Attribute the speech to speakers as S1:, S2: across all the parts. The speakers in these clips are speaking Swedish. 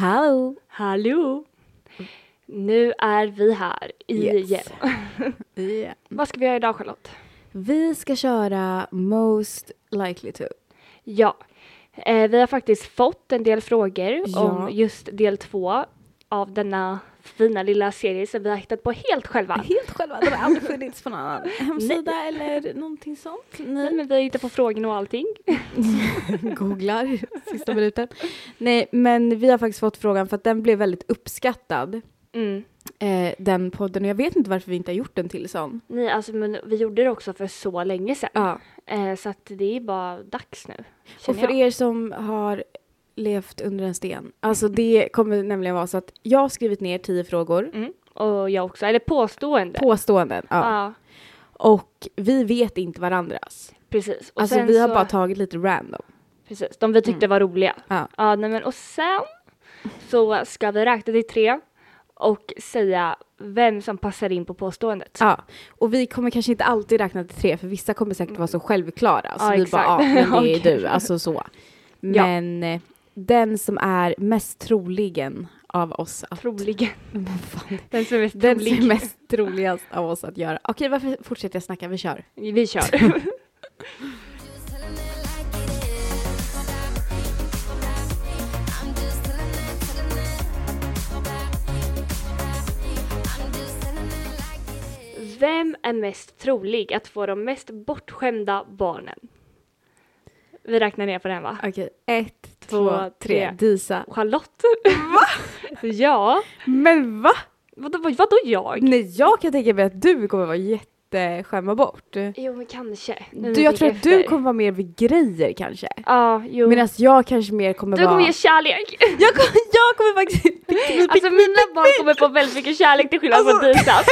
S1: Hallå!
S2: Hallå! Nu är vi här
S1: Yes.
S2: igen.
S1: Yeah.
S2: Vad ska vi göra idag Charlotte?
S1: Vi ska köra most likely to.
S2: Ja, eh, vi har faktiskt fått en del frågor
S1: Ja.
S2: om just del två av denna fina lilla serie som vi har hittat på helt själva.
S1: Helt själva, det har aldrig funnits på någon annan hemsida eller någonting sånt.
S2: Nej,
S1: Ni
S2: men vi har hittat på frågorna och allting.
S1: googlar sista minuten. Nej, men vi har faktiskt fått frågan för att den blev väldigt uppskattad,
S2: Mm.
S1: eh, den podden. Och jag vet inte varför vi inte har gjort den till sån.
S2: Nej, alltså, men vi gjorde det också för så länge sedan.
S1: Ja.
S2: Eh, så att det är bara dags nu.
S1: Och
S2: känner
S1: för
S2: jag.
S1: er som har levt under en sten, alltså det kommer nämligen vara så att jag har skrivit ner tio frågor,
S2: Mm. Och jag också, eller påstående.
S1: påståenden, ja.
S2: ja,
S1: Och vi vet inte varandras.
S2: precis. Och
S1: alltså
S2: sen
S1: vi har
S2: så-
S1: bara tagit lite random.
S2: Precis, de vi tyckte var roliga.
S1: Mm. Ja.
S2: Ja, nej men och sen så ska vi räkna till tre och säga vem som passar in på påståendet.
S1: Ja, och vi kommer kanske inte alltid räkna till tre för vissa kommer säkert vara så självklara. Så
S2: Ja,
S1: vi
S2: exakt.
S1: bara, ja, men det är
S2: Okej.
S1: du, alltså så.
S2: Ja.
S1: Men eh, den som är mest troligen av oss att...
S2: Troligen.
S1: Vad fan,
S2: Den som är mest
S1: den som
S2: trolig.
S1: är mest troligast av oss att göra. Okej, varför fortsätter jag snacka? Vi kör.
S2: Vi kör. Vem är mest trolig att få de mest bortskämda barnen? Vi räknar ner på den va?
S1: Okej, ett,
S2: Två,
S1: två,
S2: tre.
S1: tre. Disa.
S2: Charlotte? Va? ja.
S1: Men va?
S2: Vadå, vadå jag?
S1: Nej, jag kan tänka mig att du kommer vara jätteskämma bort.
S2: Jo men kanske. Nu
S1: Du, jag
S2: tänker
S1: tror att du
S2: efter.
S1: kommer vara mer vid grejer kanske.
S2: Ja, jo.
S1: Medan jag kanske mer kommer
S2: du kommer
S1: vara...
S2: ge kärlek.
S1: Jag, kommer, jag kommer faktiskt...
S2: Alltså mina barn kommer få väldigt mycket kärlek till skillnad från
S1: Alltså-
S2: Disas.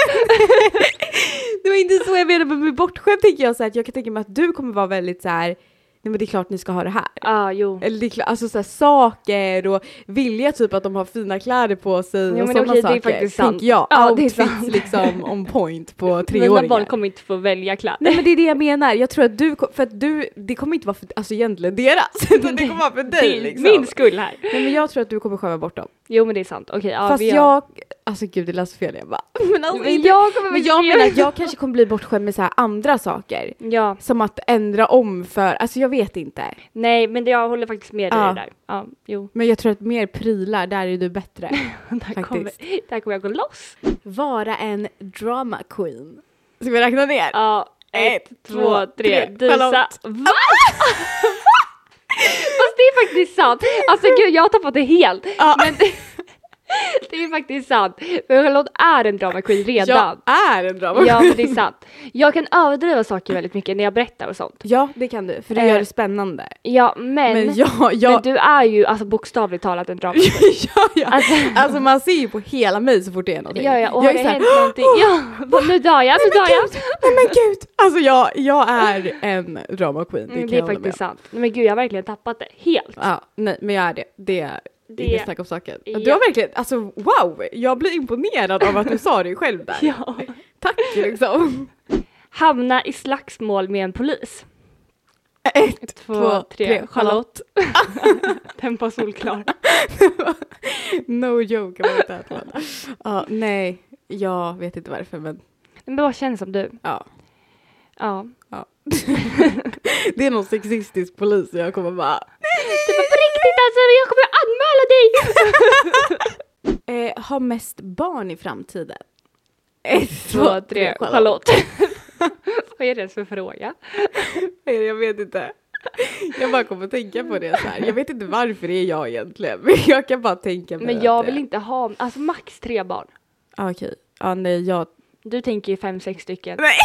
S1: Det var inte så jag menade men med bortskämd tänker jag så här att jag kan tänka mig att du kommer vara väldigt så här. Nej men det är klart ni ska ha det här.
S2: Ja, Ah, jo.
S1: Eller det är klart, alltså så här, saker och vilja typ att de har fina kläder på sig
S2: Jo,
S1: och
S2: men
S1: sådana
S2: okej, det är
S1: saker.
S2: faktiskt sant.
S1: tänker jag.
S2: Ja, det är
S1: Outfits
S2: sant.
S1: liksom on point på
S2: Mina barn
S1: treåringar.
S2: kommer inte få välja kläder.
S1: Nej men det är det jag menar, jag tror att du, kom- för att du, det kommer inte vara för, alltså egentligen deras, utan det kommer vara för dig
S2: Till
S1: liksom.
S2: min skull här.
S1: Nej men jag tror att du kommer skämma bort dem.
S2: Jo men det är sant. Okej, ja,
S1: Fast
S2: vi har-
S1: jag, alltså gud det lät så fel jag bara, men alltså
S2: Men
S1: inte-
S2: jag kommer
S1: Men
S2: väl
S1: jag
S2: ge-
S1: menar att jag kanske kommer bli bortskämd med så här andra saker.
S2: Ja,
S1: Som att ändra om för, alltså jag vet inte.
S2: nej men det- jag håller faktiskt med dig
S1: Ja.
S2: där. Ja, jo.
S1: Men jag tror att mer prylar, där är du bättre.
S2: Där kommer, där kommer jag gå loss.
S1: Vara en drama queen. Ska vi räkna ner?
S2: Ja, ett, två, tre. Disa. Va?
S1: Charlotte.
S2: Fast det är faktiskt sant. Alltså gud, jag har tappat det helt.
S1: Ja.
S2: Men det, det är faktiskt sant. Men Charlotte är en drama queen redan.
S1: Jag är en drama
S2: Ja,
S1: queen.
S2: men det är sant. Jag kan överdriva saker väldigt mycket när jag berättar och sånt.
S1: Ja, det kan du, för det
S2: Eh,
S1: gör det spännande.
S2: Ja, men,
S1: Men
S2: men,
S1: jag, jag,
S2: du är ju alltså bokstavligt talat en drama.
S1: ja, ja.
S2: Alltså-
S1: Alltså, man ser ju på hela mig så fort det är någonting.
S2: Ja, ja, och har
S1: jag
S2: det
S1: är så här,
S2: hänt någonting? Ja, va, nu dör jag,
S1: Alltså,
S2: nu dör jag.
S1: Nej men gud! Alltså jag, jag är en drama queen, det
S2: Mm,
S1: kan
S2: det är
S1: jag hålla med
S2: faktiskt sant. Nej, men gud, jag har verkligen tappat det helt.
S1: Ja, nej, men jag är det. Det är
S2: Det-
S1: inget snack om saken.
S2: Ja.
S1: Du har verkligen, alltså wow! Jag blir imponerad av att du sa det själv där.
S2: Ja.
S1: Tack liksom.
S2: Hamna i slagsmål med en polis.
S1: Ett,
S2: Två, tre. Charlotte. Den var solklar.
S1: no joke about that one. Ja, nej, jag vet inte varför men
S2: Men det bara känns som du.
S1: ja.
S2: Ja.
S1: Det är någon sexistisk polis och jag kommer bara
S2: Det var på riktigt alltså, jag kommer anmäla dig!
S1: eh, ha mest barn i framtiden. Ett,
S2: Två, tre, Charlotte. Vad är det ens för fråga?
S1: Nej, Jag vet inte. Jag bara kommer att tänka på det så här. Jag vet inte varför det är jag egentligen, men jag kan bara tänka mig
S2: Men jag
S1: att
S2: vill
S1: det-
S2: inte ha, alltså max tre barn.
S1: Ah, Okej. Ja, nej, jag...
S2: Du tänker ju fem, sex stycken.
S1: Nej!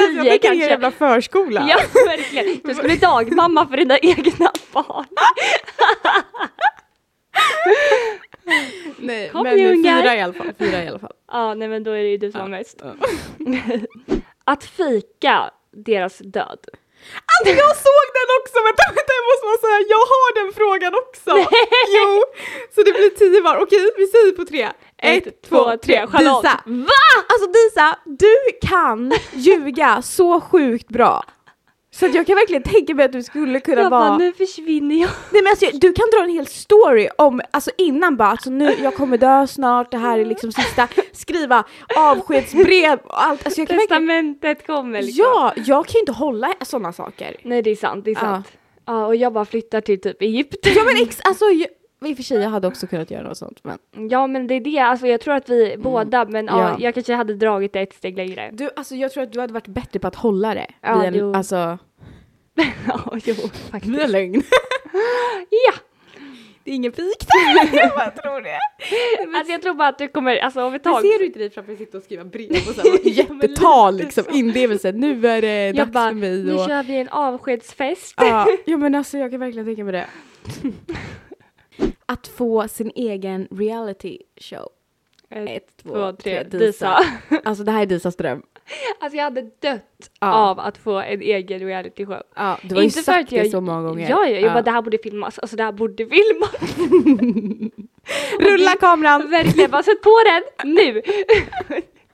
S2: Tio
S1: jag tänker
S2: kanske.
S1: en jävla förskola.
S2: Ja, verkligen. Du skulle bli dagmamma för dina egna barn.
S1: Nej,
S2: Kom
S1: men
S2: nu, ungar.
S1: fyra i alla fall. Fyra i alla fall.
S2: Ja, nej men då är det ju du som har mest.
S1: Ja.
S2: Att fika deras död.
S1: Alltså jag såg den också! Vänta, vänta, jag måste bara säga, jag har den frågan också! Jo! Så det blir tio var. Okej, vi säger på tre. Ett, två, tre.
S2: Charlotte.
S1: Disa! Va? Alltså Disa, du kan ljuga så sjukt bra. Så att jag kan verkligen tänka mig att du skulle kunna
S2: Jag
S1: vara...
S2: bara, nu försvinner jag.
S1: Nej men alltså, du kan dra en hel story om, alltså innan bara, alltså nu, jag kommer dö snart, det här är liksom sista, skriva avskedsbrev och allt. Alltså, jag kan verkligen...
S2: Testamentet kommer liksom.
S1: Ja, jag kan ju inte hålla sådana saker.
S2: Nej det är sant, det är
S1: Ja.
S2: sant. Ja. och jag bara flyttar till typ Egypten.
S1: Ja men ex, alltså, jag, i och för sig jag hade också kunnat göra något sånt men.
S2: Ja men det är det, alltså jag tror att vi båda, men ja.
S1: Mm. Ja.
S2: jag kanske hade dragit det ett steg längre.
S1: Du, alltså jag tror att du hade varit bättre på att hålla det.
S2: Ja,
S1: vid en,
S2: jo.
S1: Alltså,
S2: ja, jo faktiskt.
S1: en lögn.
S2: Ja!
S1: Det är ingen fik där, jag bara tror det.
S2: Alltså jag tror bara att du kommer, alltså om ett
S1: Men
S2: tag.
S1: ser du inte dig framför dig sitta och skriva brev och så här, jättetal liksom, inlevelse, nu är det
S2: jag
S1: dags
S2: bara,
S1: för mig
S2: nu
S1: och...
S2: kör vi en avskedsfest.
S1: Ja, ja men alltså jag kan verkligen tänka mig det. Att få sin egen reality show. Ett,
S2: Två, tre, Disa.
S1: Alltså det här är Disas dröm.
S2: Alltså jag hade dött
S1: Ja.
S2: av att få en egen reality show.
S1: Ja, du har ju
S2: Inte för
S1: sagt
S2: att jag-
S1: det så många gånger.
S2: Ja, ja, jag bara det här borde filmas, alltså det här borde filmas.
S1: Rulla kameran!
S2: Verkligen, bara sätt på den nu!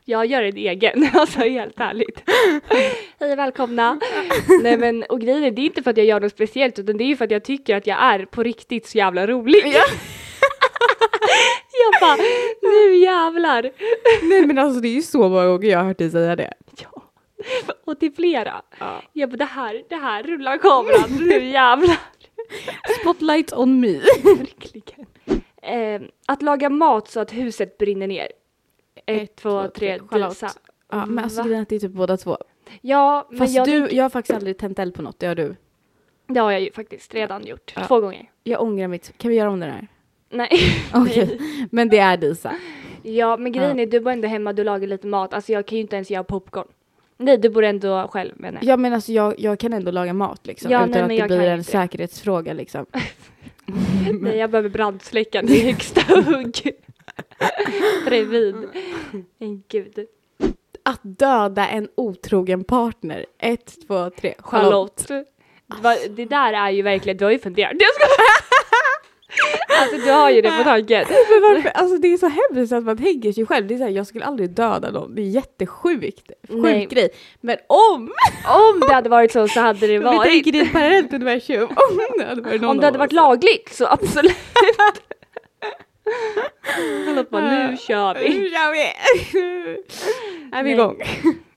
S2: Jag gör en egen, alltså helt ärligt. Hej och välkomna! Nej men och grejen är, det är inte för att jag gör något speciellt utan det är ju för att jag tycker att jag är på riktigt så jävla rolig.
S1: Ja.
S2: Jag bara, nu jävlar!
S1: Nej men alltså det är ju så många gånger jag har hört dig säga det.
S2: Ja. Och till flera.
S1: Ja.
S2: Jag bara, det här, det här rullar kameran, nu jävlar!
S1: Spotlight on me.
S2: Verkligen. Eh, att laga mat så att huset brinner ner. Ett, två, tre,
S1: Charlotte.
S2: Disa.
S1: Ja, men alltså
S2: Va?
S1: grejen är att det är typ båda två.
S2: Ja, men
S1: Fast
S2: jag
S1: du, jag har faktiskt aldrig tänt eld på något, det har du.
S2: Det har jag ju faktiskt redan gjort.
S1: Ja.
S2: Två gånger.
S1: Jag ångrar mitt, kan vi göra om det här?
S2: Nej.
S1: Okej, men det är Disa.
S2: Ja, men grejen är du bor ändå hemma, du lagar lite mat. Alltså jag kan ju inte ens göra popcorn. Nej, du bor ändå själv menar jag.
S1: Ja men alltså jag, jag kan ändå laga mat liksom
S2: Ja,
S1: utan
S2: nej,
S1: att
S2: men
S1: det
S2: jag
S1: blir
S2: kan
S1: en
S2: inte.
S1: säkerhetsfråga liksom.
S2: Nej, jag behöver brandsläckaren i högsta hugg. Bredvid. Men gud.
S1: Att döda en otrogen partner. Ett, två, tre. Charlotte.
S2: Charlotte. Det var- Det där är ju verkligen, du har ju funderat. Jag skojar! Alltså du har ju det på tanken.
S1: Men varför? Alltså det är så hemskt att man tänker sig själv. Det är så här, jag skulle aldrig döda någon. Det är jättesjukt. Sjuk
S2: Nej.
S1: grej. Men om!
S2: Om det hade varit så så hade
S1: Vi
S2: det varit.
S1: tänker i ett parallellt universum. Om det hade varit någon
S2: Om det hade
S1: av oss.
S2: varit lagligt så absolut. Charlotte bara, nu kör vi.
S1: Nu kör vi! Är vi
S2: Nej.
S1: igång?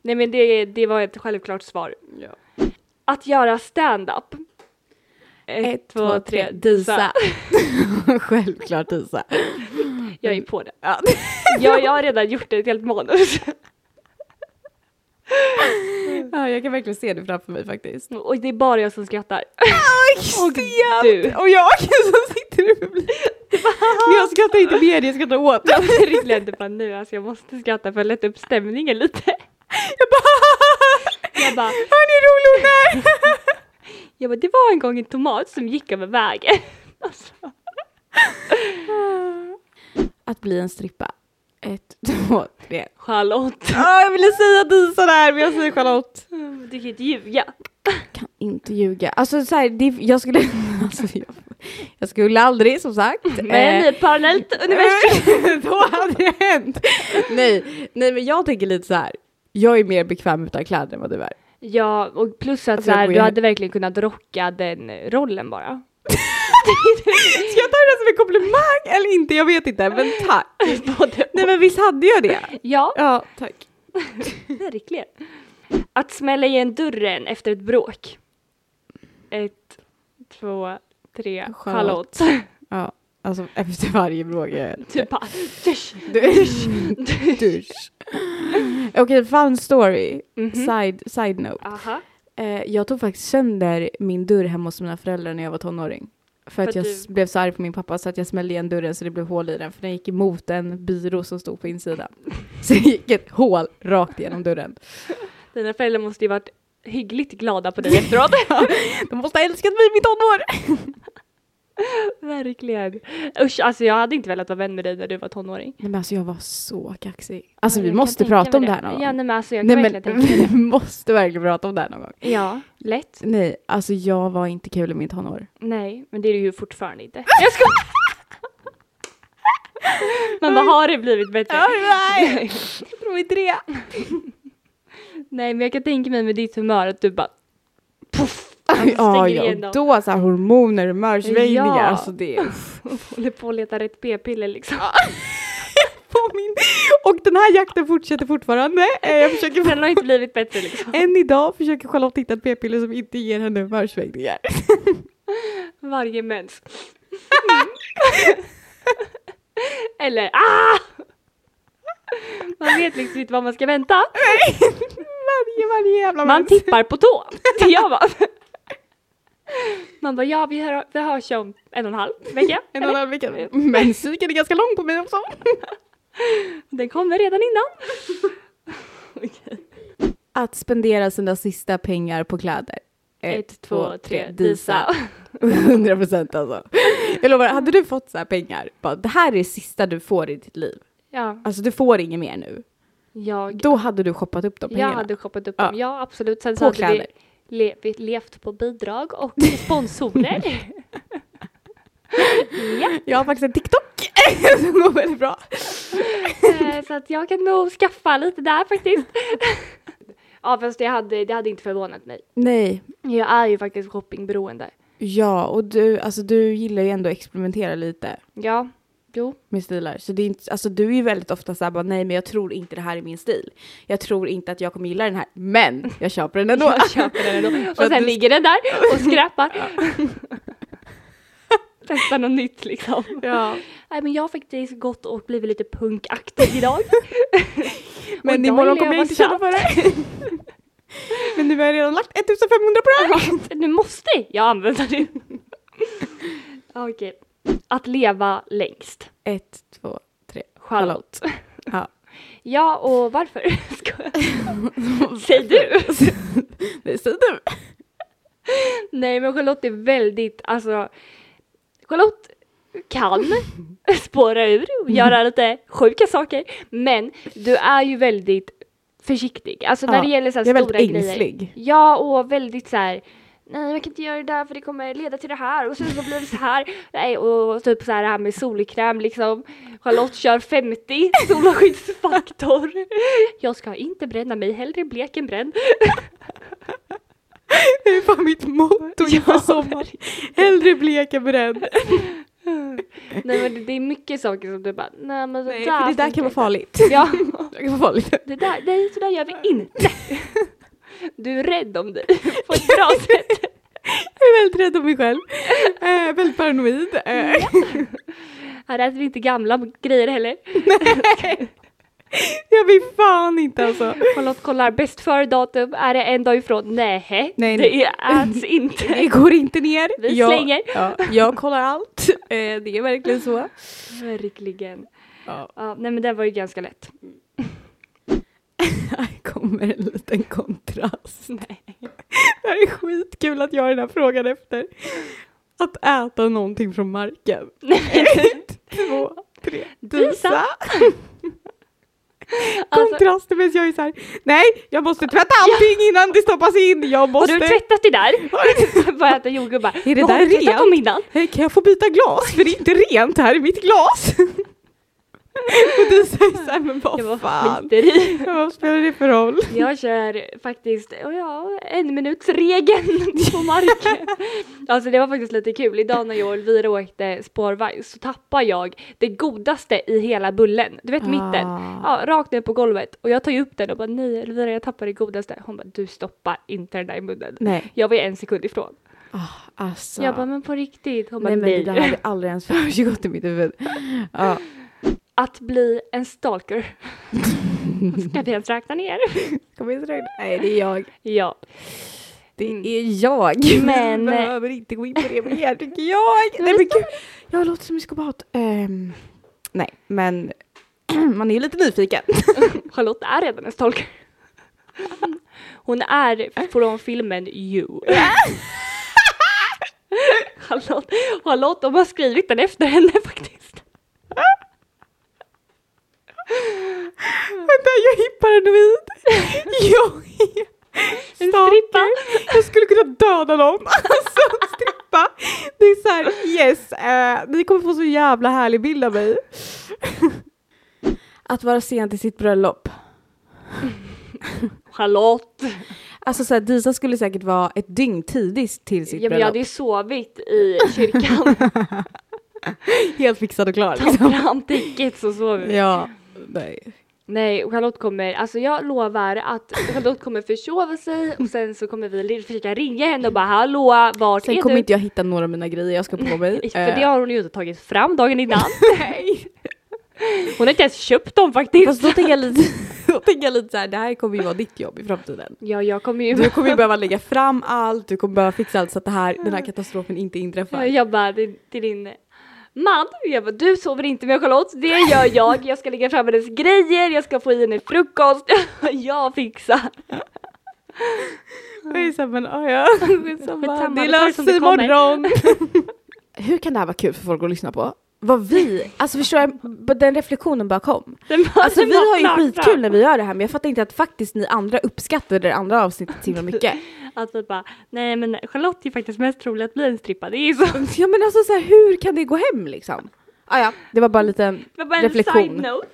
S2: Nej men det, det var ett självklart svar.
S1: Ja.
S2: Att göra stand-up.
S1: Ett, två, tre. Disa. Självklart Disa.
S2: Jag är på det.
S1: Ja.
S2: Jag, jag har redan gjort ett helt manus.
S1: ja, jag kan verkligen se det framför mig faktiskt.
S2: Och det är bara jag som skrattar.
S1: Och
S2: du.
S1: Och jag som sitter i publiken. Men jag skrattar inte med dig, jag skrattar åt dig.
S2: Jag verkligen inte bara nu, alltså jag måste skratta för att lätta upp stämningen lite.
S1: Jag bara...
S2: Jag bara-
S1: Hörni, hur rolig hon är!
S2: Jag bara, det var en gång en tomat som gick över vägen. Alltså,
S1: Att bli en strippa. Ett, två, tre.
S2: Charlotte.
S1: Ja, jag ville säga Disa där, men jag säger Charlotte.
S2: Mm, Du kan inte ljuga.
S1: kan inte ljuga. Alltså så här, det, jag skulle... Alltså, jag, jag skulle aldrig, som sagt.
S2: Men
S1: eh,
S2: i ett parallellt universum.
S1: Då hade det hänt! Nej, nej, men jag tänker lite så här. Jag är mer bekväm utan kläder än vad du är.
S2: Ja, och plus att
S1: Alltså,
S2: så
S1: jag
S2: här,
S1: går
S2: du
S1: ju-
S2: hade verkligen kunnat rocka den rollen bara.
S1: Ska jag ta det som en komplimang eller inte? Jag vet inte, men tack.
S2: Både
S1: Nej men visst hade jag det?
S2: Ja,
S1: Ja, tack.
S2: verkligen. Att smälla igen dörren efter ett bråk. Ett, två, tre,
S1: Charlotte.
S2: Charlotte.
S1: Ja, alltså efter varje fråga.
S2: Du bara, dusch.
S1: Typ. Dusch. Dusch. Okej, fun story.
S2: Mhm.
S1: Side, side note.
S2: Aha.
S1: Eh, jag tog faktiskt sönder min dörr hemma hos mina föräldrar när jag var tonåring. För att
S2: För
S1: jag
S2: du-
S1: s- blev så arg på min pappa så att jag smällde igen dörren så det blev hål i den. För den gick emot en byrå som stod på insidan. Så det gick ett hål rakt igenom dörren.
S2: Dina föräldrar måste ju varit hyggligt glada på dig efteråt.
S1: De måste ha älskat mig i mitt tonår!
S2: verkligen. Usch, alltså jag hade inte velat vara vän med dig när du var tonåring.
S1: Nej men alltså jag var så kaxig. Alltså vi
S2: Jag kan
S1: måste
S2: tänka
S1: prata om
S2: mig
S1: det här någon gång.
S2: Ja, nej, men alltså jag kan
S1: Nej men
S2: verkligen tänka mig
S1: vi måste verkligen prata om det här någon gång.
S2: det. Ja, lätt.
S1: Nej, alltså jag var inte kul i mitt tonår.
S2: Nej, men det är det ju fortfarande inte. Jag ska... Man bara, har det blivit bättre?
S1: Alright! Jag tror inte det.
S2: Nej men jag kan tänka mig med ditt humör att du bara Puff,
S1: ja,
S2: Alltså, stänger igen
S1: ja.
S2: dem.
S1: Då så här hormoner, humörsvängningar.
S2: Ja.
S1: Alltså det är...
S2: Håller på att leta rätt p-piller liksom.
S1: På min... Och den här jakten fortsätter fortfarande. Eh, Jag försöker...
S2: Den har inte blivit bättre liksom.
S1: Än idag försöker Charlotte hitta ett p-piller som inte ger henne humörsvängningar.
S2: Varje mens. Mm. Eller ah! Man vet liksom inte vad man ska vänta.
S1: varje, varje jävla
S2: Man
S1: mens.
S2: tippar på tå. Det gör man. Man bara ja vi, hör, vi hörs om en och en halv vecka.
S1: En
S2: eller?
S1: annan vecka. Menscykeln är ganska lång på mig också.
S2: Den kommer redan innan. Okej.
S1: Att spendera sina sista pengar på kläder.
S2: Ett, två, tre, disa.
S1: 100 procent alltså. Jag lovar, hade du fått så här pengar, bara, det här är det sista du får i ditt liv.
S2: Ja,
S1: Alltså du får inget mer nu.
S2: jag,
S1: Då hade du shoppat upp de
S2: jag
S1: pengarna.
S2: hade shoppat upp
S1: Ja.
S2: dem. Ja absolut. Sen
S1: På
S2: så hade vi,
S1: kläder.
S2: le, vi levt på bidrag och sponsorer. ja.
S1: Jag har faktiskt en TikTok som går väldigt bra.
S2: Eh, så att jag kan nog skaffa lite där faktiskt. ja fast det hade, det hade inte förvånat mig.
S1: Nej,
S2: Jag är ju faktiskt shoppingberoende.
S1: ja och du, alltså, du gillar ju ändå att experimentera lite
S2: Ja, jo.
S1: med stilar. Så det är inte, alltså, du är ju väldigt ofta så här, bara, nej men jag tror inte det här är min stil. Jag tror inte att jag kommer gilla den här, men jag köper den ändå.
S2: Jag köper den ändå.
S1: För
S2: Och
S1: att
S2: sen
S1: du-
S2: ligger den där och skräpar. Testa något nytt liksom.
S1: Ja.
S2: Nej men jag har faktiskt gått och blivit lite punkaktig idag.
S1: Men
S2: idag
S1: imorgon
S2: gillar
S1: kommer jag
S2: jag
S1: inte
S2: att
S1: känna för det. Men nu har jag redan lagt 1500 på det här.
S2: nu måste jag använda det. Ja, Okej. Att leva längst.
S1: Ett, två, tre.
S2: Charlotte.
S1: Ja.
S2: Ja och varför? Skojar. Säg du!
S1: Nej, säg du.
S2: Nej men Charlotte är väldigt, alltså Charlotte kan spåra ur och göra lite sjuka saker men du är ju väldigt försiktig. Alltså när
S1: Ja,
S2: det gäller så här
S1: jag är
S2: stora
S1: väldigt
S2: grejer.
S1: ängslig.
S2: Ja och väldigt så här. Nej jag kan inte göra det där för det kommer leda till det här och sen så blir det så här. Nej och typ så här det här med solkräm liksom. Charlotte kör 50 solskyddsfaktor. Jag ska inte bränna mig, hellre blek än bränd.
S1: Det är fan mitt motto inför
S2: Ja,
S1: sommaren. Hellre blek än bränd.
S2: Nej men det, det är mycket saker som du bara, nej men det
S1: Nej,
S2: där
S1: för det där
S2: funkar
S1: kan vara
S2: inte.
S1: farligt.
S2: Ja,
S1: Det kan vara farligt.
S2: det där, nej så där gör vi inte. Du är rädd om dig på ett bra sätt.
S1: Jag är väldigt rädd om mig själv. Eh, väldigt paranoid. Eh,
S2: Här äter vi inte gamla grejer heller.
S1: jag vill fan inte alltså.
S2: Charlotte kollar bäst före datum, är det en dag ifrån? Nej,
S1: Nej,
S2: det är- äts inte.
S1: Det går inte ner.
S2: Vi
S1: jag,
S2: slänger.
S1: Ja, jag kollar allt. Eh, det är verkligen så.
S2: Verkligen.
S1: Ja.
S2: Ja, nej men det var ju ganska lätt.
S1: Här kommer en liten kontrast.
S2: Nej.
S1: Det här är skitkul att jag har den här frågan efter. Att äta någonting från marken. Ett, två, tre. Disa.
S2: Disa. Alltså,
S1: Kontrast medan jag är så här. Nej, jag måste tvätta allting innan det stoppas in. Jag
S2: har
S1: måste.
S2: du tvättat det där? Bara äta jordgubbar.
S1: Är det
S2: Vad
S1: där
S2: har du tvättat
S1: rent?
S2: dem innan?
S1: Hej, kan jag få byta glas? För det är inte rent här i mitt glas. Och du säger så här, men
S2: Jag
S1: vad
S2: bara
S1: fan.
S2: skiter i.
S1: Ja, Vad spelar det för roll?
S2: Jag kör faktiskt oh ja, en minuts regeln på marken. Alltså det var faktiskt lite kul. Idag när jag och Elvira åkte spårvagn så tappade jag det godaste i hela bullen. Du vet mitten.
S1: Ah.
S2: Ja, rakt ner på golvet. Och jag tar ju upp den och bara nej Elvira jag tappade det godaste. Hon bara du stoppar inte den där i munnen.
S1: Nej,
S2: Jag var ju en sekund ifrån.
S1: ah, alltså.
S2: Jag bara men på riktigt. Hon bara
S1: Nej men
S2: nej.
S1: det där hade aldrig ens försiggått i mitt huvud. Ja.
S2: Att bli en stalker. Ska vi ens räkna ner?
S1: Kom inte räkna. Nej det är jag.
S2: Ja.
S1: Det
S2: Mm.
S1: är jag.
S2: Men- eh,
S1: Vi behöver inte gå in på det mer tycker jag. Nej men gud. Jag låter som en psykopat. Ehm, nej men man är ju lite nyfiken.
S2: Charlotte är redan en stalker. Hon är från filmen You. Charlotte, Charlotte, de har skrivit den efter henne faktiskt.
S1: Vänta jag är paranoid. Jag är
S2: En
S1: stalker.
S2: strippa.
S1: Jag skulle kunna döda någon. Alltså strippa. Det är så här yes. eh, ni kommer få så jävla härlig bild av mig. Att vara sen till sitt bröllop.
S2: Charlotte.
S1: Alltså så här, Disa skulle säkert vara ett dygn tidigt till sitt
S2: Ja, men jag
S1: bröllop.
S2: hade ju sovit i kyrkan.
S1: Helt fixad och klar.
S2: Ta
S1: Liksom.
S2: fram tickets och sov.
S1: Ja, nej.
S2: Nej, och Charlotte kommer, alltså jag lovar att Charlotte kommer försova sig och sen så kommer vi li- försöka ringa henne och bara hallå, vart
S1: Sen
S2: är
S1: kommer
S2: du?
S1: inte jag hitta några av mina grejer jag ska på mig.
S2: För det
S1: Eh,
S2: har hon ju inte tagit fram dagen innan.
S1: Nej.
S2: Hon har inte ens köpt dem faktiskt.
S1: Fast då tänker jag lite, då tänker jag lite så här, det här kommer ju vara ditt jobb i framtiden.
S2: Ja, jag kommer ju...
S1: Du kommer ju behöva lägga fram allt, du kommer behöva fixa allt så att det här, den här katastrofen inte
S2: Ja,
S1: inträffar.
S2: Jag bara, till till din man. Jag bara, du sover inte med Charlotte, det gör jag. Jag ska lägga fram hennes grejer, jag ska få i henne frukost. Jag fixar.
S1: Jag är så här, men "Ah, ja, ja.
S2: Skitsamma,
S1: Det
S2: vi tar det
S1: löser
S2: som
S1: sig
S2: det kommer.
S1: imorgon. Hur kan det här vara kul för folk att lyssna på? Vad vi, alltså förstår jag, b- den reflektionen bakom.
S2: Den bara,
S1: Alltså
S2: den
S1: vi
S2: bara
S1: har ju
S2: knarrar.
S1: skitkul när vi gör det här men jag fattar inte att faktiskt ni andra uppskattar det andra avsnittet så himla mycket.
S2: Att vi bara, nej men Charlotte är faktiskt mest trolig att bli en strippa. Det är ju så.
S1: Ja men alltså så här, hur kan det gå hem liksom? Ah, ja, det var bara en liten
S2: Det var bara en
S1: reflektion.
S2: side-note.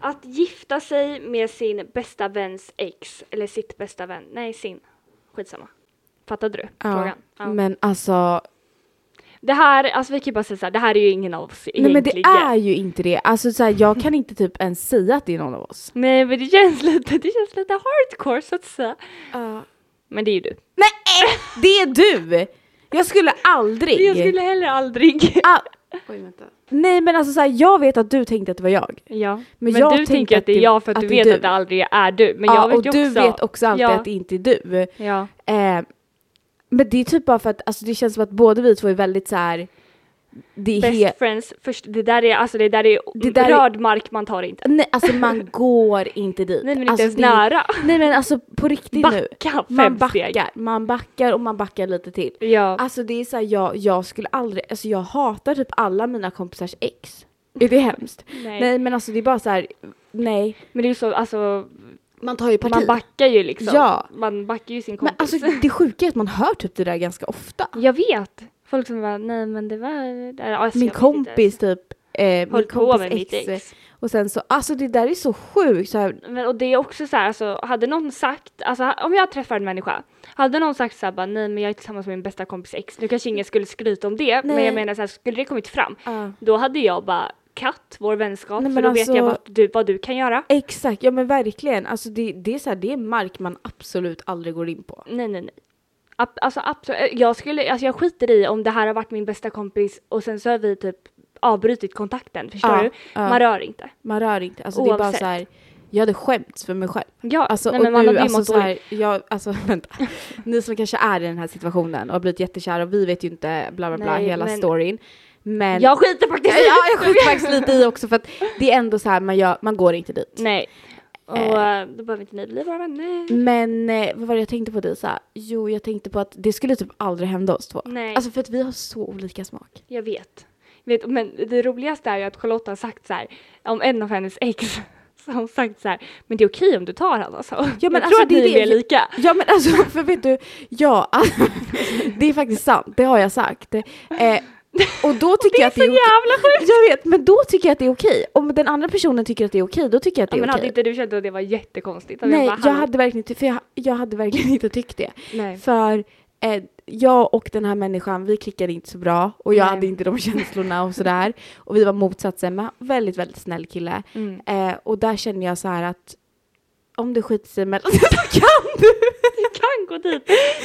S2: Att gifta sig med sin bästa väns ex, eller sitt bästa vän, nej sin. Skitsamma. Fattade du
S1: Ja,
S2: frågan? Ja.
S1: men alltså,
S2: Det här, alltså vi kan ju bara säga så här, det här är ju ingen av oss
S1: nej
S2: egentligen.
S1: men det är ju inte det. Alltså så här, jag kan inte typ ens säga att det är någon av oss.
S2: Nej men det känns lite, det känns lite hardcore så att säga. Men det är ju du.
S1: Nej! eh, Det är du! Jag skulle aldrig...
S2: Jag skulle heller aldrig.
S1: Ah. Nej men alltså så här, jag vet att du tänkte att det var jag.
S2: Ja. Men,
S1: Men jag
S2: du
S1: tänker
S2: tänker att det är jag för att, du vet att det aldrig är du. Men jag
S1: ja,
S2: vet
S1: och
S2: ju
S1: du
S2: också.
S1: vet också alltid
S2: Ja.
S1: att det inte är du.
S2: Ja.
S1: Eh, men det är typ bara för att alltså, det känns som att båda vi två är väldigt så här. Det är
S2: Best
S1: helt...
S2: friends först, det där är alltså det där är
S1: Det där är-
S2: röd mark man tar inte.
S1: Nej alltså man går inte dit.
S2: Nej men inte
S1: alltså,
S2: ens
S1: det-
S2: nära.
S1: Nej men alltså på riktigt nu.
S2: Backa
S1: Man
S2: fem steg.
S1: backar, man backar och man backar lite till.
S2: Ja.
S1: Alltså det är såhär, jag, jag skulle aldrig, alltså jag hatar typ alla mina kompisars ex. Är det hemskt?
S2: nej.
S1: Nej, men alltså det är bara så här. nej.
S2: Men det är ju så, alltså
S1: Man tar ju parti.
S2: man backar ju liksom.
S1: Ja.
S2: Man backar ju sin kompis.
S1: men alltså det sjuka är att man hör typ det där ganska ofta.
S2: Jag vet. Folk som bara, nej men det var... det där." Alltså, jag
S1: Min
S2: vet
S1: kompis typ, eh,
S2: inte. höll
S1: min
S2: på
S1: kompis
S2: med
S1: ex,
S2: mitt ex.
S1: Och sen så, alltså det där är så sjukt. Så här,
S2: Men, och det är också så här, alltså, hade någon sagt, alltså ha- om jag träffar en människa, hade någon sagt så här, bara, nej men jag är tillsammans med min bästa kompis ex, nu kanske ingen skulle skryta om det, men
S1: Nej.
S2: jag menar så här, skulle det kommit fram,
S1: ja.
S2: då hade jag bara cut vår vänskap,
S1: Nej,
S2: för
S1: men
S2: då
S1: alltså-
S2: vet jag vad du, vad du kan göra.
S1: Exakt, ja men verkligen. Alltså det, det är så här, det är mark man absolut aldrig går in på.
S2: Nej, nej, nej. Ab- alltså absolut, jag skulle, alltså jag skiter i om det här har varit min bästa kompis och sen så har vi typ avbrutit kontakten, förstår
S1: Ja,
S2: du?
S1: ja.
S2: Man rör inte.
S1: Man rör inte, alltså det är bara
S2: Oavsett.
S1: så här, jag hade skämts för mig själv.
S2: Ja,
S1: Alltså,
S2: nej,
S1: och
S2: men man
S1: nu,
S2: hade ju
S1: alltså,
S2: mått
S1: så
S2: dåligt.
S1: här, jag, alltså vänta. Ni som kanske är i den här situationen och har blivit jättekära och vi vet ju inte bla bla bla
S2: Nej,
S1: hela
S2: men-
S1: storyn. Men
S2: Jag skiter faktiskt i
S1: ja, jag skiter faktiskt lite i också för att det är ändå så här, man, gör, man går inte dit.
S2: Nej. Och eh, då behöver inte ni bli våra vänner.
S1: Men eh, vad var det jag tänkte på Disa? Jo, jag tänkte på att det skulle typ aldrig hända oss två.
S2: Nej,
S1: Alltså för att vi har så olika smak.
S2: jag vet. vet. Men det roligaste är ju att Charlotte har sagt så här om en av hennes ex. Så har hon sagt så här, men det är okej om du tar han alltså. Ja, men jag
S1: alltså,
S2: tror att
S1: det är
S2: ni är
S1: det-
S2: mer lika.
S1: Ja men alltså, för vet du, ja, alltså, det är faktiskt sant, det har jag sagt. Eh, och då tycker
S2: Det
S1: jag
S2: är
S1: att
S2: så jävla sjukt!
S1: Jag vet, men då tycker jag att det är okej. Om den andra personen tycker att det är okej, då tycker jag att
S2: Ja,
S1: det är
S2: men hade
S1: okej.
S2: inte du känt att det var jättekonstigt? Att
S1: Nej,
S2: bara,
S1: jag
S2: "Hallå?"
S1: hade, verkligen inte, för jag, jag hade verkligen inte tyckt det.
S2: Nej.
S1: För eh, jag och den här människan, vi klickade inte så bra och jag
S2: Nej.
S1: hade inte de känslorna och sådär. Och vi var motsatsen, men väldigt, väldigt snäll kille.
S2: Mm.
S1: Eh, och där känner jag så här att om det skiter sig mellan så kan du!
S2: Du kan gå dit!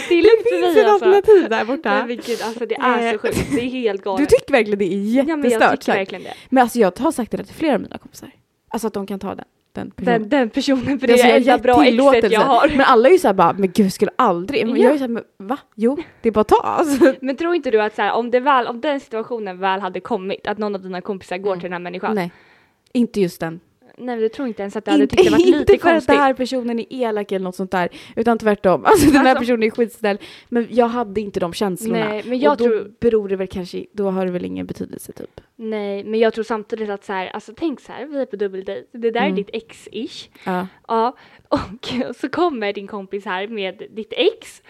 S2: Det är lugnt för mig alltså.
S1: alternativ där
S2: Nej, men gud, alltså det är så
S1: Eh.
S2: sjukt. Det är helt
S1: Du
S2: galet.
S1: tycker verkligen det är
S2: ja, men
S1: jättestört.
S2: jag tycker
S1: sagt.
S2: verkligen det.
S1: men alltså jag har sagt det där till flera av mina kompisar. Alltså att de kan ta den, den personen.
S2: Den, den personen, för det
S1: Alltså,
S2: är
S1: jag
S2: det enda
S1: gett
S2: bra exet
S1: tillåtelse.
S2: jag har.
S1: Men alla är ju såhär bara, men gud jag skulle aldrig. Men
S2: Ja.
S1: jag är ju såhär, men va? Jo, det är bara att ta. Alltså.
S2: Men tror inte du att så här, om, det väl, om den situationen väl hade kommit, att någon av dina kompisar går
S1: Mm.
S2: till den här människan? Nej,
S1: Nej, inte just den.
S2: men du tror inte ens att du hade
S1: Inte,
S2: tyckt det varit lite
S1: inte för att
S2: konstigt?
S1: den här personen är elak eller något sånt där, utan tvärtom. Alltså den här
S2: Alltså-
S1: personen är skitsnäll. Men jag hade inte de känslorna.
S2: Nej, men jag
S1: Och då
S2: tror-
S1: beror det väl kanske, då har det väl ingen betydelse typ.
S2: Nej, men jag tror samtidigt att så här, alltså tänk så här, vi är på dubbeldejt, det där
S1: Mm.
S2: är ditt ex-ish.
S1: Ja.
S2: Ja, och så kommer din kompis här med ditt ex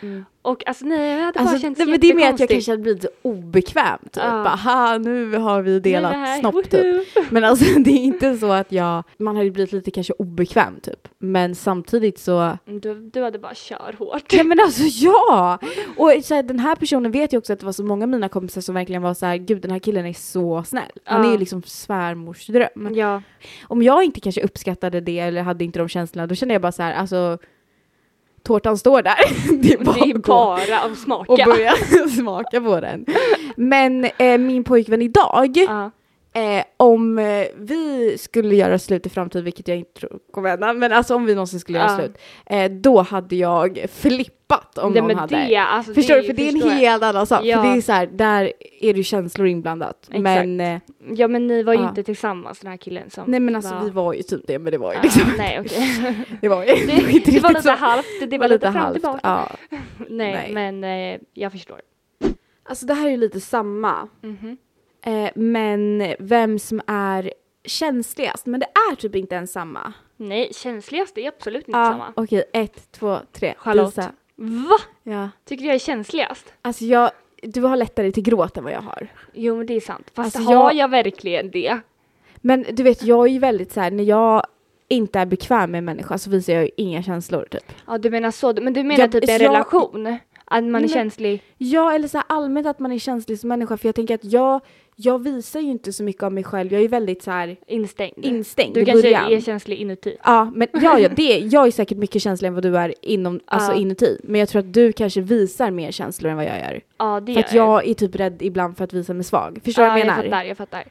S2: Och alltså nej, det hade bara
S1: Alltså,
S2: känts
S1: nej, men det är mer att jag
S2: jättekonstigt.
S1: kanske hade blivit så obekväm. Typ.
S2: Ja.
S1: Aha, nu har vi
S2: Nu är det
S1: delat
S2: här,
S1: snopp typ.
S2: woho!
S1: Men alltså det är inte så att jag, man hade blivit lite kanske obekväm typ. Men samtidigt så,
S2: Du, Mm, du hade bara kör hårt.
S1: nej men alltså ja!
S2: Mm.
S1: Och så här, den här personen vet ju också att det var så många av mina kompisar som verkligen var så här, gud den här killen är så snäll. Han
S2: Ja. Mm.
S1: är ju liksom svärmors dröm.
S2: Ja.
S1: Om jag inte kanske uppskattade det eller hade inte de känslorna då kände jag bara så här, alltså tårtan står där. Det är bara,
S2: Det är
S1: att gå
S2: bara av smaka.
S1: och börja smaka på den. Men eh, min pojkvän idag
S2: Ja.
S1: Eh, om eh, vi skulle göra slut i framtiden, vilket jag inte tror kommer hända, men alltså om vi någonsin skulle göra
S2: Ja.
S1: slut, eh, då hade jag flippat om
S2: Nej,
S1: någon
S2: men
S1: hade.
S2: det, alltså,
S1: förstår
S2: det,
S1: du? För det är en
S2: förstår jag.
S1: helt annan sak.
S2: Ja.
S1: För det är så här, där är det ju känslor inblandat.
S2: Exakt.
S1: Men, eh,
S2: Ja men ni var ju
S1: Ja.
S2: inte tillsammans den här killen som
S1: nej men alltså
S2: var...
S1: vi var ju typ det, men det var ju
S2: Ja,
S1: liksom,
S2: nej okej.
S1: det var ju inte
S2: Det, det
S1: riktigt
S2: var lite
S1: så.
S2: halvt, det, var lite fram
S1: halvt,
S2: tillbaka.
S1: Ja.
S2: Nej,
S1: Nej.
S2: men eh, jag förstår.
S1: Alltså det här är ju lite samma,
S2: Mhm.
S1: eh, men vem som är känsligast, men det är typ inte ens samma.
S2: Nej, känsligast är absolut inte
S1: Ja,
S2: samma.
S1: Okej, ett, två, tre.
S2: Charlotte.
S1: Lisa.
S2: Va?
S1: Ja.
S2: Tycker du jag är känsligast?
S1: Alltså jag, du har lättare till gråt än vad jag har.
S2: Jo men det är sant. Fast
S1: Alltså,
S2: har
S1: jag-
S2: jag verkligen det?
S1: Men du vet, jag är ju väldigt så här, när jag inte är bekväm med en människa så visar jag ju inga känslor typ.
S2: Ja du menar så, men du menar
S1: Jag-
S2: typ en
S1: jag-
S2: relation? Att man är
S1: men-
S2: känslig?
S1: Ja, eller så här allmänt att man är känslig som människa för jag tänker att jag, jag visar ju inte så mycket av mig själv. Jag är ju väldigt så här
S2: Instängd?
S1: instängd
S2: du
S1: i
S2: kanske
S1: början.
S2: är känslig inuti?
S1: Ja, men ja, ja, det, jag är säkert mycket känsligare än vad du är inom, alltså
S2: Ja.
S1: inuti. Men jag tror att du kanske visar mer känslor än vad jag gör.
S2: Ja det
S1: För
S2: gör
S1: att jag är typ rädd ibland för att visa mig svag. Förstår du
S2: ja,
S1: vad jag
S2: jag
S1: menar?
S2: fattar, jag fattar.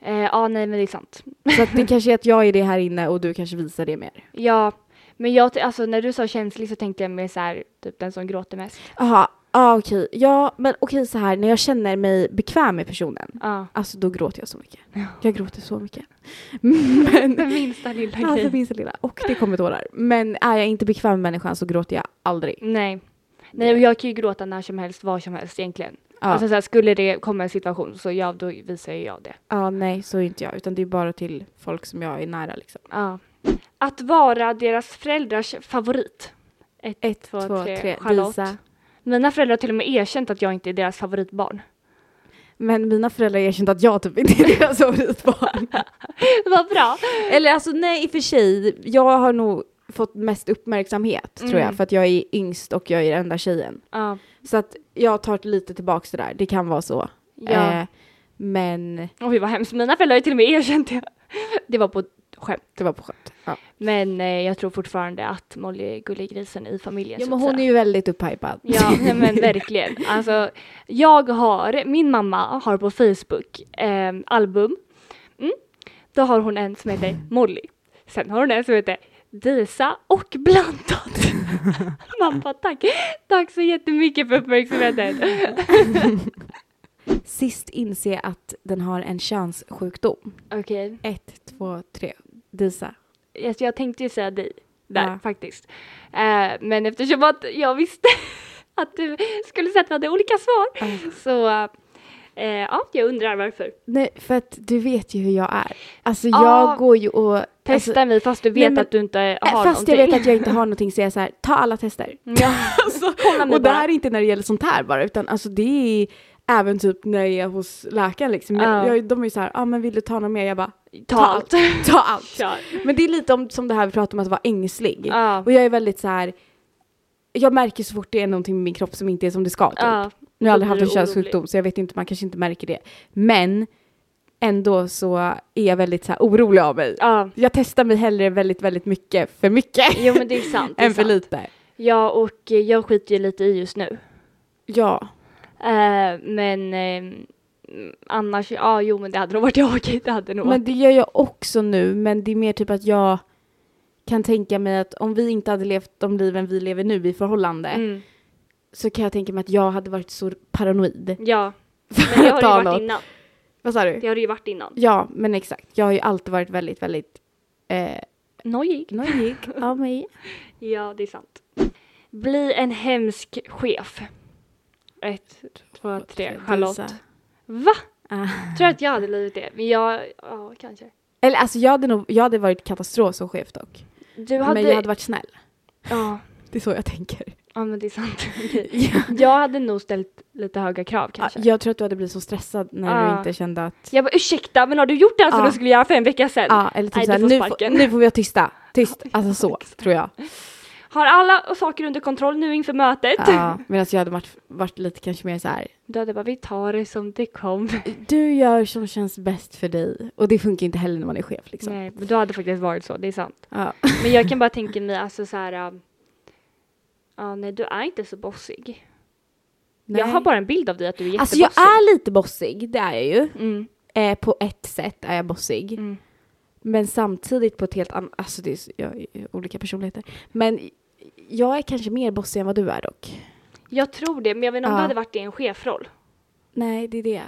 S2: Eh, ja nej men det är sant.
S1: Så att det kanske är att jag är det här inne och du kanske visar det mer.
S2: Ja, men jag, ty- alltså när du sa känslig så tänkte jag mer så här, typ den som gråter mest.
S1: Jaha, ah, okej. Ja, men okej så här, när jag känner mig bekväm med personen,
S2: Ja.
S1: alltså då gråter jag så mycket. Jag gråter så mycket. Men,
S2: Den minsta lilla grejen.
S1: alltså minsta lilla. Och det kommer tårar. Men är jag inte bekväm med människan så gråter jag aldrig.
S2: Nej. Nej, och jag kan ju gråta när som helst, var som helst egentligen.
S1: Ja,
S2: Alltså så här, skulle det komma en situation så ja, då visar ju jag det.
S1: Ja, nej så är inte jag, utan det är bara till folk som jag är nära liksom.
S2: Ja. Att vara deras föräldrars favorit. Ett, två, tre. Charlotte.
S1: Lisa.
S2: Mina föräldrar har till och med erkänt att jag inte är deras favoritbarn.
S1: Men mina föräldrar erkände att jag typ inte är deras favoritbarn.
S2: Vad bra!
S1: Eller alltså nej i och för sig, jag har nog fått mest uppmärksamhet tror
S2: Mm.
S1: jag för att jag är yngst och jag är den enda tjejen.
S2: Ja.
S1: Så att jag tar lite tillbaks det där, det kan vara så.
S2: ja.
S1: Eh, men
S2: Oj, vad hemskt. Mina föräldrar har ju till och med erkänt det. Det var på skämt.
S1: det var på skämt. Ja.
S2: Men eh, jag tror fortfarande att Molly är gullegrisen i familjen.
S1: Jo
S2: så
S1: men
S2: att
S1: hon
S2: säga.
S1: är ju väldigt upphypad.
S2: Ja, nej, men verkligen. Alltså, jag har, min mamma har på Facebook eh, album. Mm. Då har hon en som heter Molly. Sen har hon en som heter Disa och blandat. mamma, tack. Tack så jättemycket för uppmärksamheten.
S1: Sist inse att den har en könssjukdom.
S2: Okej,
S1: Ett, två, tre. Disa.
S2: alltså, jag tänkte ju säga dig där
S1: Ja.
S2: faktiskt. Eh, men eftersom att jag visste att du skulle säga att vi hade olika svar så eh, ja, jag undrar varför.
S1: Nej för att du vet ju hur jag är. Alltså
S2: Ja.
S1: jag går ju och...
S2: Testa
S1: Alltså,
S2: mig fast du vet
S1: nej, men-
S2: att du inte
S1: eh,
S2: har
S1: fast jag
S2: någonting.
S1: vet att jag inte har någonting så jag är så här, ta alla tester.
S2: Ja,
S1: Alltså,
S2: kolla mig
S1: och det
S2: bara.
S1: här är inte när det gäller sånt här bara utan alltså det är även typ när jag är hos läkaren liksom.
S2: Ja.
S1: Jag, jag, de är ju så här, ah, men vill du ta något mer? Jag bara,
S2: Ta allt.
S1: ta allt.
S2: Kör.
S1: Men det är lite om, som det här vi pratade om att vara ängslig.
S2: Ja.
S1: Och jag är väldigt så här. Jag märker så fort det är någonting med min kropp som inte är som det ska. Typ.
S2: Ja.
S1: Nu har jag aldrig
S2: Då
S1: haft en
S2: blir du
S1: könssjukdom så jag vet inte, man kanske inte märker det. Men ändå så är jag väldigt så här, orolig av mig.
S2: Ja.
S1: Jag testar mig hellre väldigt, väldigt mycket för mycket
S2: Jo men det är sant. Det är
S1: än för
S2: sant.
S1: lite.
S2: Ja och eh, jag skiter ju lite i just nu.
S1: Ja.
S2: Eh, men eh, annars, ja jo men det hade nog varit jag. Det hade nog
S1: Men
S2: varit.
S1: det gör jag också nu, men det är mer typ att jag kan tänka mig att om vi inte hade levt de liven vi lever nu i förhållande
S2: Mm.
S1: så kan jag tänka mig att jag hade varit så paranoid.
S2: Ja,
S1: för
S2: men det
S1: att ta
S2: har det ju
S1: något.
S2: varit innan.
S1: Vad sa du?
S2: Det har det ju varit innan.
S1: Ja, men exakt. Jag har ju alltid varit väldigt, väldigt eh,
S2: Nojig.
S1: nojig av mig.
S2: Ja det är sant. Bli en hemsk chef. Ett, två, tre. Charlotte.
S1: Lisa.
S2: Va?
S1: Ah.
S2: Tror att jag hade blivit det? Men jag, ja kanske.
S1: Eller alltså jag hade, nog, jag hade varit katastrof som chef dock.
S2: Du hade,
S1: Men jag hade varit snäll.
S2: ja.
S1: Det är så jag tänker.
S2: Ja men det är sant. Okej. Jag hade nog ställt lite höga krav kanske.
S1: Jag tror att du hade blivit så stressad när
S2: Ja.
S1: du inte kände att...
S2: Jag bara ursäkta men har du gjort det här som
S1: Ja.
S2: du skulle göra för en vecka sedan?
S1: Ja, eller typ
S2: Nej, du
S1: såhär,
S2: får
S1: nu, får-
S2: sparken.
S1: nu får vi vara tysta. Tyst. Alltså så, tror jag.
S2: Har alla saker under kontroll nu inför mötet?
S1: Ja, Medan jag hade varit, varit lite kanske mer så här.
S2: Då hade jag bara vi tar det som det kom.
S1: du gör som känns bäst för dig. Och det funkar inte heller när man är chef liksom.
S2: Nej men då hade det faktiskt varit så, det är sant.
S1: Ja.
S2: Men jag kan bara tänka mig alltså så här. um, Ja nej du är inte så bossig. Jag
S1: Nej.
S2: har bara en bild av dig att du är
S1: Alltså
S2: jättebossig.
S1: jag är lite bossig, det är jag ju.
S2: Mm,
S1: Eh, på ett sätt är jag bossig.
S2: mm.
S1: Men samtidigt på ett helt annat... Alltså det är, så- jag, är olika personligheter. Men jag är kanske mer bossig än vad du är dock.
S2: Jag tror det men jag vet inte om
S1: Ja.
S2: det hade varit i en chefroll.
S1: Nej, det är det.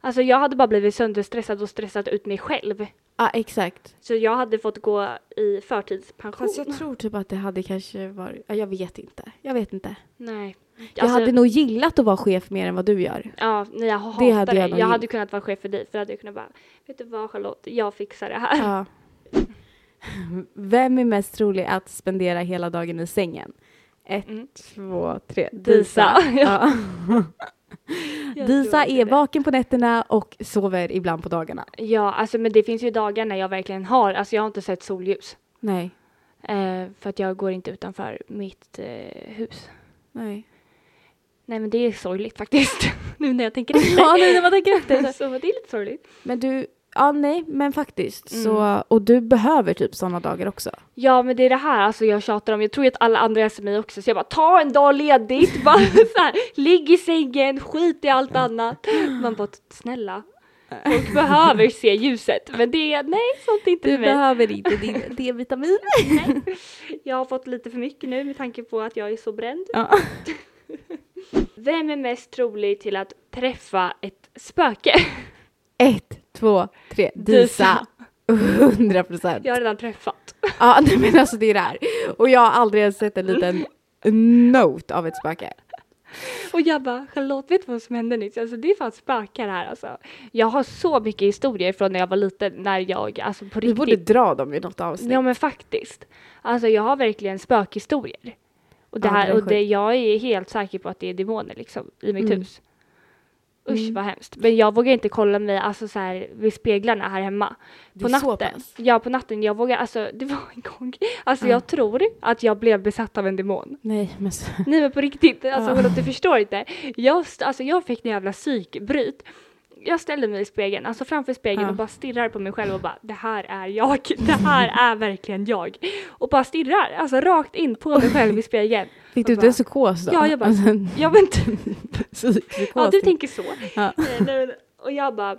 S2: Alltså jag hade bara blivit sönderstressad och stressat ut mig själv.
S1: Ja, exakt.
S2: Så jag hade fått gå i förtidspension.
S1: Fast jag tror typ att det hade kanske varit... ja, Jag vet inte. Jag vet inte.
S2: Nej. Alltså,
S1: Jag hade nog gillat att vara chef mer än vad du gör.
S2: Ja, nej, jag hatar
S1: Det
S2: det.
S1: hade jag
S2: Jag,
S1: nog
S2: hade
S1: gjort.
S2: kunnat vara chef för dig, för då hade jag kunnat bara, vet du vad Charlotte, jag fixar det här.
S1: Ja. Vem är mest trolig att spendera hela dagen i sängen? Ett,
S2: Mm.
S1: två, tre.
S2: Disa.
S1: Ja.
S2: Jag
S1: Disa
S2: tror det.
S1: är vaken på nätterna och sover ibland på dagarna.
S2: Ja, alltså men det finns ju dagar när jag verkligen har, alltså jag har inte sett solljus.
S1: Nej.
S2: Eh, för att jag går inte utanför mitt eh, hus.
S1: Nej.
S2: Nej men det är sorgligt faktiskt, nu när jag tänker efter.
S1: Ja, nu när man tänker efter.
S2: så det är lite sorgligt.
S1: Men du, ja nej, men faktiskt.
S2: Mm.
S1: Så, och du behöver typ sådana dagar också.
S2: Ja men det är det här alltså jag tjatar om, jag tror ju att alla andra är mig också så jag bara ta en dag ledigt, bara så här, ligg i sängen, skit i allt annat. Man bara snälla, folk behöver se ljuset men det, är- nej sånt är inte för mig.
S1: behöver inte din D-vitamin.
S2: Jag har fått lite för mycket nu med tanke på att jag är så bränd.
S1: Ja.
S2: Vem är mest trolig till att träffa ett spöke?
S1: Ett, två, tre. Disa. Hundra procent.
S2: Jag har redan träffat.
S1: Ja, nej, men alltså det är det här. Och jag har aldrig ens sett en liten note av ett spöke.
S2: Och jag bara, Charlotte vet du vad som hände nyss? Alltså det är fan spökar här alltså. Jag har så mycket historier från när jag var liten, när jag, alltså på
S1: Vi
S2: riktigt.
S1: borde dra dem i något avsnitt.
S2: Ja men faktiskt. Alltså jag har verkligen spökhistorier. Och, det
S1: Ja, det
S2: här,
S1: är
S2: och det,
S1: sjukt.
S2: jag är helt säker på att det är demoner liksom i mitt
S1: Mm.
S2: hus. Usch
S1: Mm.
S2: vad hemskt. Men jag vågar inte kolla mig alltså så här vid speglarna här hemma.
S1: Det
S2: På
S1: är så
S2: natten.
S1: pass.
S2: Ja på natten. Jag vågar, alltså det var en gång. Alltså
S1: Ja.
S2: jag tror att jag blev besatt av en demon.
S1: Nej, men så...
S2: Nej men på riktigt, alltså
S1: Ja.
S2: Charlotte du förstår inte. Jag, st- alltså, jag fick en jävla psykbryt. Jag ställde mig i spegeln, alltså framför spegeln
S1: Ja.
S2: och bara stirrar på mig själv och bara det här är jag, det här är verkligen jag. Och bara stirrar, alltså rakt in på mig själv i spegeln.
S1: Fick du inte
S2: Jag
S1: en
S2: bara-
S1: psykos då?
S2: Ja, jag bara-
S1: Alltså, en
S2: Jag vet inte,
S1: psykos.
S2: ja du tänker så.
S1: Ja.
S2: Eh, nej, men- Och jag bara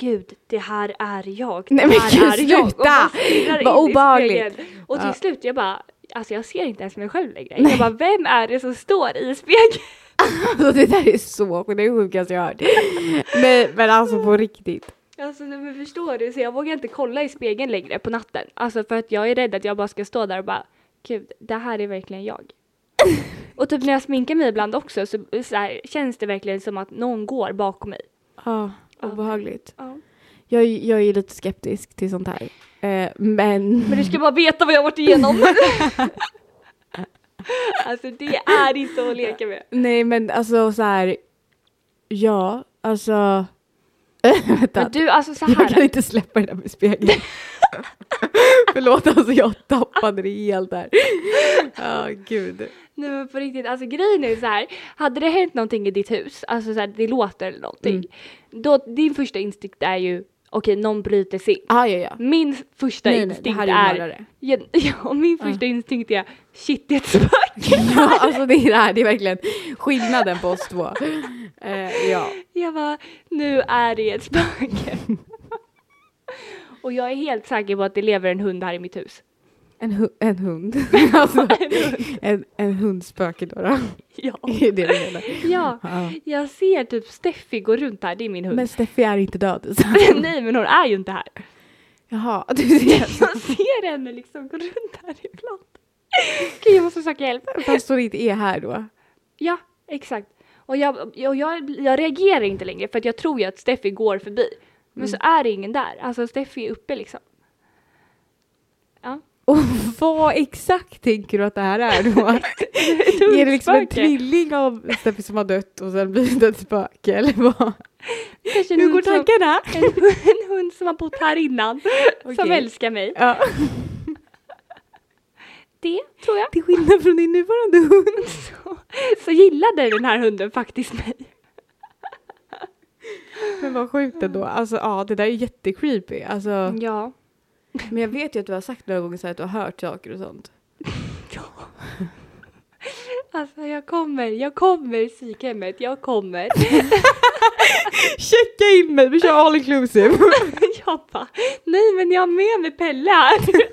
S2: Gud, det här är jag. Det
S1: Nej, men
S2: här
S1: gud,
S2: är jag. Och
S1: sluta!
S2: bara stirrar
S1: Vad
S2: in i
S1: obehagligt.
S2: spegeln. Och till
S1: Ja.
S2: slut, jag bara, alltså jag ser inte ens mig själv längre. Jag bara, vem är det som står i spegeln?
S1: Alltså, det där är så sjukt, det är det sjukaste jag har hört. Men, men alltså på riktigt.
S2: Alltså nej, men förstår du, så jag vågar inte kolla i spegeln längre på natten. Alltså för att jag är rädd att jag bara ska stå där och bara gud, det här är verkligen jag. och typ när jag sminkar mig ibland också så, så här, känns det verkligen som att någon går bakom mig.
S1: Ja, obehagligt.
S2: Ja.
S1: Jag, är- jag är lite skeptisk till sånt här. Eh, men...
S2: Men du ska bara veta vad jag har varit igenom. alltså det är inte att leka med.
S1: Nej men alltså så här. Ja, alltså. Vänta.
S2: Men du, alltså så
S1: Jag kan
S2: här.
S1: inte släppa det där med spegeln. Förlåt alltså jag tappade det helt där. Ja gud.
S2: Nej men på riktigt, alltså grejen är så här. Hade det hänt någonting i ditt hus, alltså så här, det låter eller någonting.
S1: Mm.
S2: Då, din första instinkt är ju okej, någon bryter sig in.
S1: Ah, ja ja.
S2: Min första
S1: Nej, nej, det
S2: instinkt
S1: här är ju
S2: är...
S1: mördare.
S2: Ja, ja, min första instinkt är shit, det är ett spöke.
S1: Ja, alltså det är det här, det är verkligen skillnaden på oss två. Eh, ja.
S2: Jag bara, nu är det ett spöke. Och jag är helt säker på att det lever en hund här i mitt hus.
S1: En, hu- en hund. alltså, en, en hundspöke då. då.
S2: Ja,
S1: Det är det du menar.
S2: ja.
S1: Ja.
S2: jag ser typ Steffi gå runt här, det är min hund.
S1: Men Steffi är inte död. Så.
S2: Nej, men hon är ju inte här.
S1: Jaha, du ser.
S2: Jag ser henne liksom gå runt här ibland. Gud, jag måste söka hjälp.
S1: Fast hon inte är här då.
S2: Ja, exakt. Och jag, jag, jag, jag reagerar inte längre för att jag tror ju att Steffi går
S1: Mm.
S2: förbi. Men så är det ingen där. Alltså Steffi är uppe liksom. Ja.
S1: Och vad exakt tänker du att det här är då? är det liksom en
S2: Spöke.
S1: trilling av Steffi som har dött och sen blir det ett spöke eller vad?
S2: Kanske en
S1: Hur
S2: hund
S1: går
S2: som,
S1: tankarna?
S2: en, en hund som har bott här innan, som
S1: Okej.
S2: älskar mig.
S1: Ja.
S2: Det tror jag.
S1: Till skillnad från din nuvarande hund.
S2: Så, så gillade den här hunden faktiskt mig.
S1: Men vad sjukt ändå. Alltså ja, det där är jättecreepy. Alltså,
S2: Ja.
S1: men jag vet ju att du har sagt några gånger så här att du har hört saker och sånt.
S2: Alltså jag kommer, jag kommer psykhemmet, jag kommer.
S1: Checka in mig, vi kör all inclusive.
S2: Jag bara, nej men jag har med mig Pelle här.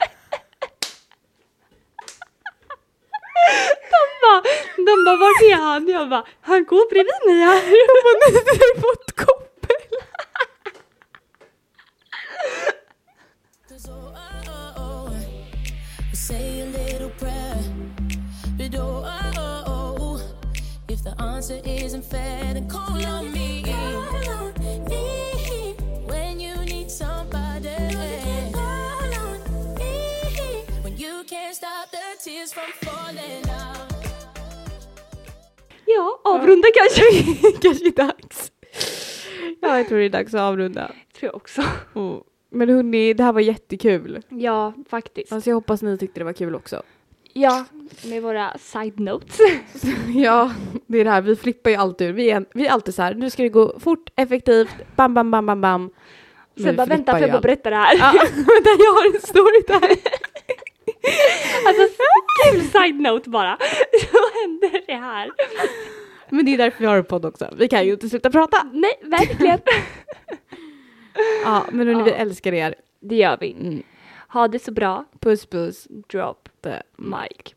S2: De bara, de bara, var är han? Jag bara, han går bredvid mig här.
S1: Jag bara, nu har du fått koppel.
S3: Cause oh, oh, oh, oh, we say a little prayer. But oh, oh, oh, oh, if the answer isn't fair, then call on me. Call on me when you need somebody. Call on me when you can't stop the tears from falling out.
S2: Ja, avrunda kanske.
S1: Kanske är dags. Ja, jag tror det är dags att avrunda.
S2: Tror jag också.
S1: Mm. Men hörni, det här var jättekul.
S2: Ja, faktiskt.
S1: Alltså jag hoppas ni tyckte det var kul också.
S2: Ja, med våra side notes.
S1: Ja, det är det här, vi flippar ju alltid ur. Vi är, vi är alltid så här, nu ska det gå fort, effektivt, bam, bam, bam, bam, bam. Nu
S2: Sen bara, vänta
S1: flippar
S2: får jag
S1: jag
S2: bara berätta det här.
S1: Ja, vänta, jag har en story där.
S2: Alltså, kul side note bara. Så händer det här.
S1: Men det är därför vi har en podd också. Vi kan ju inte sluta prata.
S2: Nej, verkligen.
S1: Ja, men hörni,
S2: Ja.
S1: vi älskar er.
S2: Det gör vi.
S1: Mm.
S2: Ha det så bra.
S1: Puss, puss.
S2: Drop
S1: the
S2: mic.